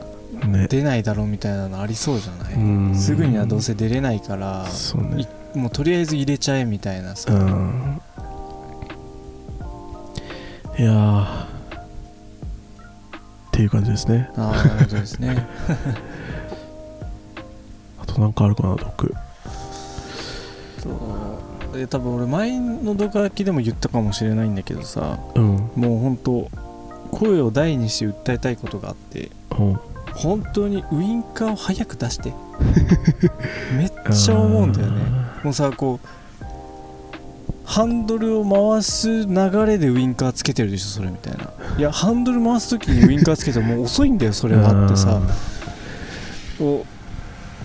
[SPEAKER 1] んね
[SPEAKER 2] 出ないだろうみたいなのありそうじゃない、
[SPEAKER 1] うん
[SPEAKER 2] すぐにはどうせ出れないから
[SPEAKER 1] そうね
[SPEAKER 2] もうとりあえず入れちゃえみたいなさ、
[SPEAKER 1] うんいやーっていう感じですね
[SPEAKER 2] ああなるほどで
[SPEAKER 1] [laughs]
[SPEAKER 2] すね
[SPEAKER 1] あとなんかあるかな毒
[SPEAKER 2] そうで多分俺前の動画書きでも言ったかもしれないんだけどさ
[SPEAKER 1] うん
[SPEAKER 2] もう本当声を大にして訴えたいことがあって
[SPEAKER 1] うん
[SPEAKER 2] 本当にウインカーを早く出して
[SPEAKER 1] [laughs]
[SPEAKER 2] めっちゃ思うんだよねもうさこうハンドルを回す流れでウインカーつけてるでしょそれみたいないやハンドル回す時にウインカーつけてももう遅いんだよそれはってさこ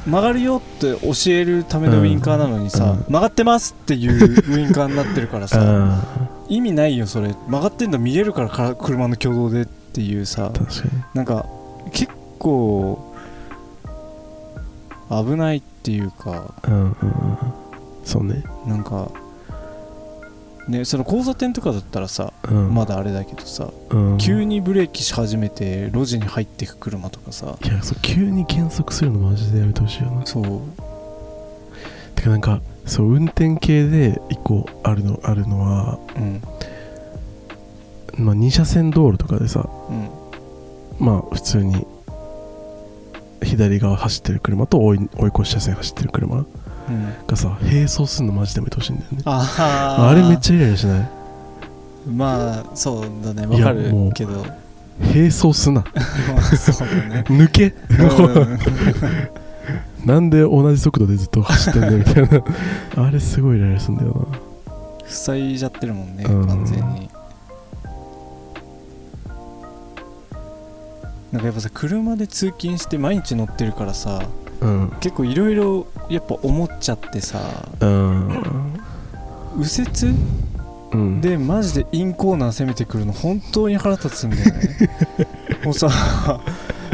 [SPEAKER 2] う曲がるよって教えるためのウインカーなのにさ、
[SPEAKER 1] うん
[SPEAKER 2] 曲がってますっていうウインカーになってるから
[SPEAKER 1] う
[SPEAKER 2] さ
[SPEAKER 1] ん
[SPEAKER 2] 意味ないよそれ曲がってんの見えるからから車の挙動でっていうさ
[SPEAKER 1] 確か
[SPEAKER 2] なんか結構危ないっていうか
[SPEAKER 1] にうんうんうんそうね
[SPEAKER 2] なんかねその交差点とかだったらさ
[SPEAKER 1] うん
[SPEAKER 2] まだあれだけどさ、
[SPEAKER 1] うん
[SPEAKER 2] 急にブレーキし始めて路地に入ってく車とかさ
[SPEAKER 1] いやそう急に減速するのマジでやめてほしいよな
[SPEAKER 2] そう
[SPEAKER 1] てかなんかそう運転系で一個あるのあるのは、
[SPEAKER 2] うん
[SPEAKER 1] まあ、2車線道路とかでさ
[SPEAKER 2] うん
[SPEAKER 1] まあ普通に左側走ってる車と追い追い越し車線走ってる車
[SPEAKER 2] うん
[SPEAKER 1] がさ並走するのマジでやめてほしいんだよね
[SPEAKER 2] あー
[SPEAKER 1] あれめっちゃイライラしない
[SPEAKER 2] まあそうだねわか
[SPEAKER 1] いや
[SPEAKER 2] る
[SPEAKER 1] もう
[SPEAKER 2] けど
[SPEAKER 1] 並走すな
[SPEAKER 2] まあそう [laughs] だね
[SPEAKER 1] 抜け
[SPEAKER 2] う
[SPEAKER 1] [laughs]
[SPEAKER 2] ん
[SPEAKER 1] なんで同じ速度でずっと走ってんだよみたいな
[SPEAKER 2] [laughs]
[SPEAKER 1] あれすごいイライラするんだよ
[SPEAKER 2] 塞いじゃってるもんね
[SPEAKER 1] うん
[SPEAKER 2] 完全になんかやっぱさ車で通勤して毎日乗ってるからさ
[SPEAKER 1] なうん
[SPEAKER 2] 結構いろいろやっぱ思っちゃってさ
[SPEAKER 1] うん
[SPEAKER 2] 右折
[SPEAKER 1] うん
[SPEAKER 2] でマジでインコーナー攻めてくるの本当に腹立つんだよ
[SPEAKER 1] [laughs]
[SPEAKER 2] ねもうさ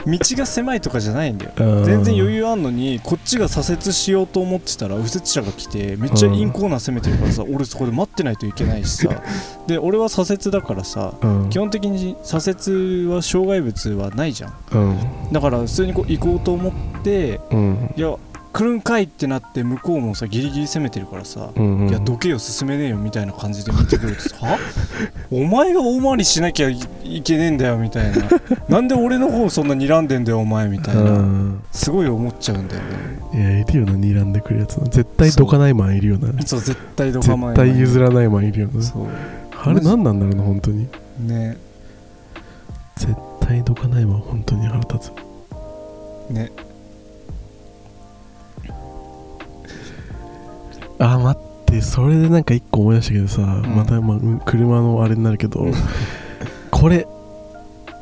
[SPEAKER 2] 道が狭いとかじゃないんだよ
[SPEAKER 1] うん
[SPEAKER 2] 全然余裕あんのにこっちが左折しようと思ってたら右折車が来てめっちゃインコーナー攻めてるからさ俺そこで待ってないといけないし
[SPEAKER 1] [laughs]
[SPEAKER 2] さで俺は左折だからさ
[SPEAKER 1] うん
[SPEAKER 2] 基本的に左折は障害物はないじゃん
[SPEAKER 1] うん
[SPEAKER 2] だから普通にこう行こうと思って
[SPEAKER 1] うん
[SPEAKER 2] いや来るんかいってなって向こうもさギリギリ攻めてるからさ、
[SPEAKER 1] うん
[SPEAKER 2] いやどけよ進めねえよみたいな感じで見てくるとさ [laughs] はお前が大回りしなきゃいいけねえんだよみたいななんで俺の方そんな睨んでんだよお前みたいうな、
[SPEAKER 1] ん
[SPEAKER 2] すごい思っちゃうんだよね
[SPEAKER 1] いやいるよな睨んでくるやつな絶対どかないマンいるよな
[SPEAKER 2] そう絶対どかま
[SPEAKER 1] 絶
[SPEAKER 2] えない
[SPEAKER 1] 対譲らないマンいるよな
[SPEAKER 2] そう
[SPEAKER 1] あれ何なんだろうな本当に
[SPEAKER 2] ね
[SPEAKER 1] 絶対どかないマン本当に腹立つ
[SPEAKER 2] ね
[SPEAKER 1] あ待ってそれでなんか一個思い出したけどさ、
[SPEAKER 2] ん
[SPEAKER 1] また、まあうん車のあれになるけどこれ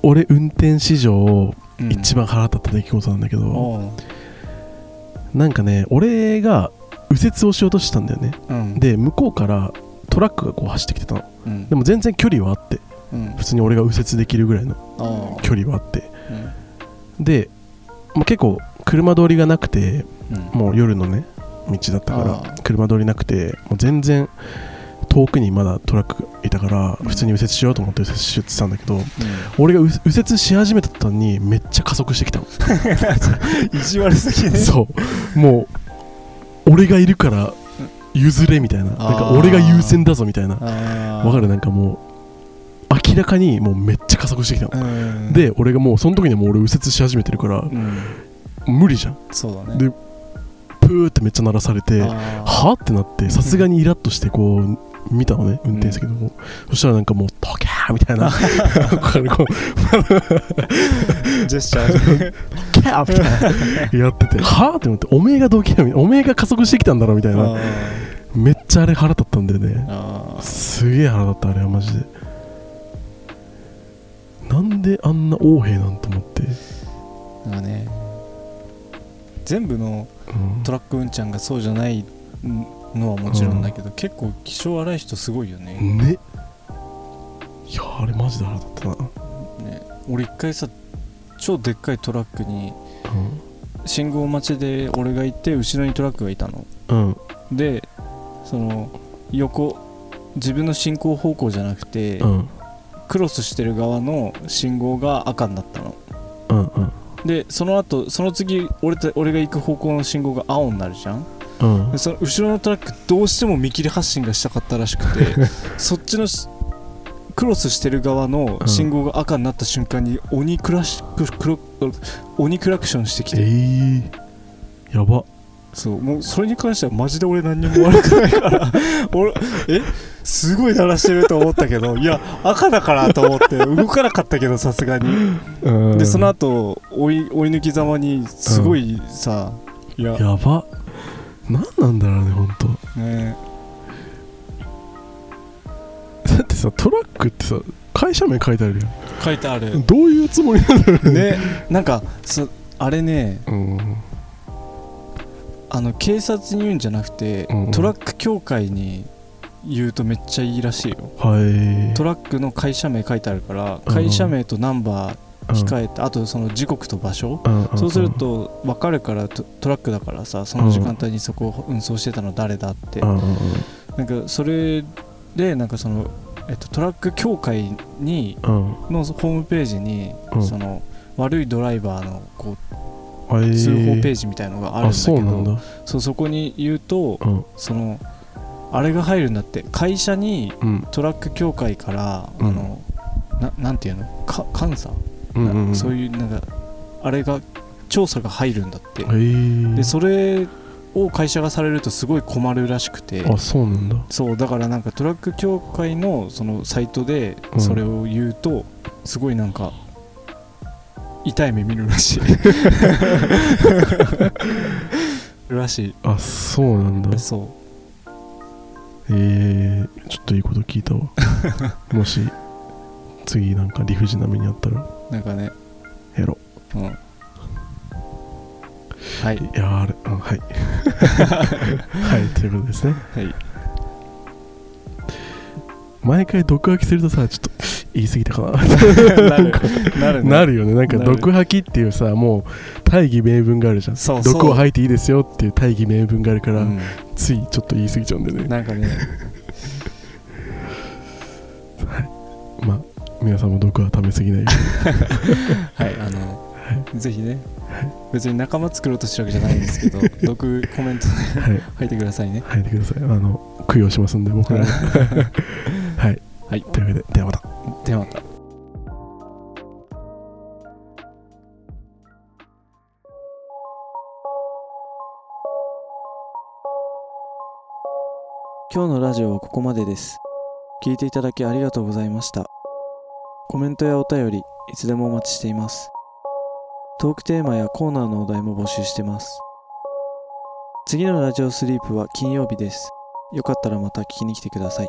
[SPEAKER 1] 俺運転史上
[SPEAKER 2] うん
[SPEAKER 1] 一番腹立った出来事なんだけど、
[SPEAKER 2] おう
[SPEAKER 1] なんかね俺が右折をしようとしてたんだよね
[SPEAKER 2] うん
[SPEAKER 1] で向こうからトラックがこう走ってきてたの
[SPEAKER 2] うん
[SPEAKER 1] でも全然距離はあって
[SPEAKER 2] うん
[SPEAKER 1] 普通に俺が右折できるぐらいの
[SPEAKER 2] おう
[SPEAKER 1] 距離はあって
[SPEAKER 2] うん
[SPEAKER 1] で、まあ、結構車通りがなくて
[SPEAKER 2] うん
[SPEAKER 1] もう夜のね道だった
[SPEAKER 2] あ
[SPEAKER 1] から
[SPEAKER 2] ー
[SPEAKER 1] 車通りなくてもう全然遠くにまだトラックがいたから
[SPEAKER 2] うん
[SPEAKER 1] 普通に右折しようと思って右折してたんだけど [laughs] 俺が右右折し始めた途端にめっちゃ加速してき
[SPEAKER 2] [laughs]
[SPEAKER 1] たの
[SPEAKER 2] 意地悪すぎね
[SPEAKER 1] そうもう俺がいるから譲れみたいななんか俺が優先だぞみたいな
[SPEAKER 2] あー
[SPEAKER 1] わかるなんかもう明らかにもうめっちゃ加速してきたの
[SPEAKER 2] うん
[SPEAKER 1] で俺がもうその時にはもう俺右折し始めてるから
[SPEAKER 2] うん
[SPEAKER 1] 無理じゃん
[SPEAKER 2] そうだね
[SPEAKER 1] でプーってめっちゃ鳴らされて
[SPEAKER 2] あ
[SPEAKER 1] はってなってさすがにイラッとしてこう見たのね運転席の方、そしたらなんかもう「トキャー!」みたい [laughs] な「これこう
[SPEAKER 2] ージェスチャーで
[SPEAKER 1] キャー!」みたいなやってて「はあ?」って思って「おめえがどけや」みたいな「おめえが加速してきたんだろ」 [laughs] みたいなめっちゃあれ腹立ったんだよね
[SPEAKER 2] あー
[SPEAKER 1] すげえ腹立ったあれはマジでなんであんな横兵なんと思って、
[SPEAKER 2] なんかね全部の
[SPEAKER 1] うん
[SPEAKER 2] トラックうんちゃんがそうじゃないのはもちろんだけど、結構気性荒い人すごいよね,、
[SPEAKER 1] ねいやあれマジで腹立ったな、
[SPEAKER 2] ね俺一回さ超でっかいトラックに信号待ちで俺がいて後ろにトラックがいたの
[SPEAKER 1] うんうん
[SPEAKER 2] でその横自分の進行方向じゃなくて、
[SPEAKER 1] うん
[SPEAKER 2] クロスしてる側の信号が赤になったの
[SPEAKER 1] うんうん
[SPEAKER 2] でその後その次俺た俺が行く方向の信号が青になるじゃん
[SPEAKER 1] うん
[SPEAKER 2] でその後ろのトラックどうしても見切り発進がしたかったらしく
[SPEAKER 1] [laughs]
[SPEAKER 2] てそっちのしクロスしてる側の信号が赤になった瞬間に鬼クラシククロ鬼クラクションしてき
[SPEAKER 1] え
[SPEAKER 2] て、
[SPEAKER 1] ー、やば
[SPEAKER 2] そうもうそれに関してはマジで俺何にも悪くないから俺えすごい鳴らしてると思ったけどいや赤だからと思って動かなかったけどさすがにでその後追い追い抜きざまにすごいさ、いや
[SPEAKER 1] やば何なんだろうねほんと
[SPEAKER 2] ね
[SPEAKER 1] だってさトラックってさ会社名書いてあるや
[SPEAKER 2] 書いてある
[SPEAKER 1] んどういうつもりなんだろうね
[SPEAKER 2] ねなんかそあれね
[SPEAKER 1] うん
[SPEAKER 2] あの警察に言うんじゃなくて、
[SPEAKER 1] うんうん
[SPEAKER 2] トラック協会に言うとめっちゃいいらしいよ
[SPEAKER 1] はい
[SPEAKER 2] トラックの会社名書いてあるから
[SPEAKER 1] うん
[SPEAKER 2] 会社名とナンバ
[SPEAKER 1] う
[SPEAKER 2] ー
[SPEAKER 1] ん
[SPEAKER 2] 控えて、あとその時刻と場所、
[SPEAKER 1] うんうん
[SPEAKER 2] そうすると分かるからトトラックだからさその時間帯にそこを運送してたの誰だって、
[SPEAKER 1] うんうんうん
[SPEAKER 2] なんかそれでなんかその、えっと、トラック協会に
[SPEAKER 1] うん
[SPEAKER 2] のホームページに、
[SPEAKER 1] うん
[SPEAKER 2] その悪いドライバーのこ
[SPEAKER 1] は
[SPEAKER 2] う
[SPEAKER 1] い
[SPEAKER 2] 通報ページみたいのがある
[SPEAKER 1] あ
[SPEAKER 2] んだけど、
[SPEAKER 1] そうなんだ
[SPEAKER 2] そうそこに言うと
[SPEAKER 1] うん
[SPEAKER 2] そのあれが入るんだって会社に
[SPEAKER 1] うん
[SPEAKER 2] トラック協会から、
[SPEAKER 1] うん
[SPEAKER 2] あのななんていうのか監査、
[SPEAKER 1] うんうん
[SPEAKER 2] なそう
[SPEAKER 1] う
[SPEAKER 2] いうなんかあれが調査が入るんだって、
[SPEAKER 1] へー
[SPEAKER 2] でそれを会社がされるとすごい困るらしくて
[SPEAKER 1] あそうなんだ
[SPEAKER 2] そうだからなんかトラック協会のそのサイトで
[SPEAKER 1] うん
[SPEAKER 2] それを言うと、すごいなんか痛い目見るら
[SPEAKER 1] [laughs]
[SPEAKER 2] しいらし
[SPEAKER 1] あそうなんだ
[SPEAKER 2] いそ
[SPEAKER 1] えー、ちょっといいこと聞いたわ
[SPEAKER 2] [laughs]
[SPEAKER 1] もし次なんか理不尽な目にあったら
[SPEAKER 2] うなんかね
[SPEAKER 1] やろ
[SPEAKER 2] うんはいう
[SPEAKER 1] いやーあれあはいは
[SPEAKER 2] [laughs]
[SPEAKER 1] いということですね
[SPEAKER 2] はい
[SPEAKER 1] 毎回毒吐きするとさちょっと言い過ぎたか [laughs] な
[SPEAKER 2] なるなるね
[SPEAKER 1] なるよねなんか
[SPEAKER 2] なる
[SPEAKER 1] 毒吐きっていうさもう大義名分があるじゃん
[SPEAKER 2] そうそう
[SPEAKER 1] 毒を吐いていいですよっていう大義名分があるから、
[SPEAKER 2] う
[SPEAKER 1] ついちょっと言い過ぎちゃうんだよ
[SPEAKER 2] ん
[SPEAKER 1] ね
[SPEAKER 2] なんかね
[SPEAKER 1] まあ皆さんも毒は食べ過ぎないよ
[SPEAKER 2] はいあの、ぜひね別に仲間作ろうとしてるわけじゃないんですけ [laughs] ど毒コメントで
[SPEAKER 1] うにはい
[SPEAKER 2] 書いてくださいね
[SPEAKER 1] 吐いてくださいあの供養しますんで僕らもはい、
[SPEAKER 2] はい
[SPEAKER 1] というわけでではまた
[SPEAKER 2] [laughs] ではまた
[SPEAKER 4] 今日のラジオはここまでです聞いていただきありがとうございましたコメントやお便りいつでもお待ちしていますトークテーマやコーナーのお題も募集してます次のラジオスリープは金曜日ですよかったらまた聞きに来てください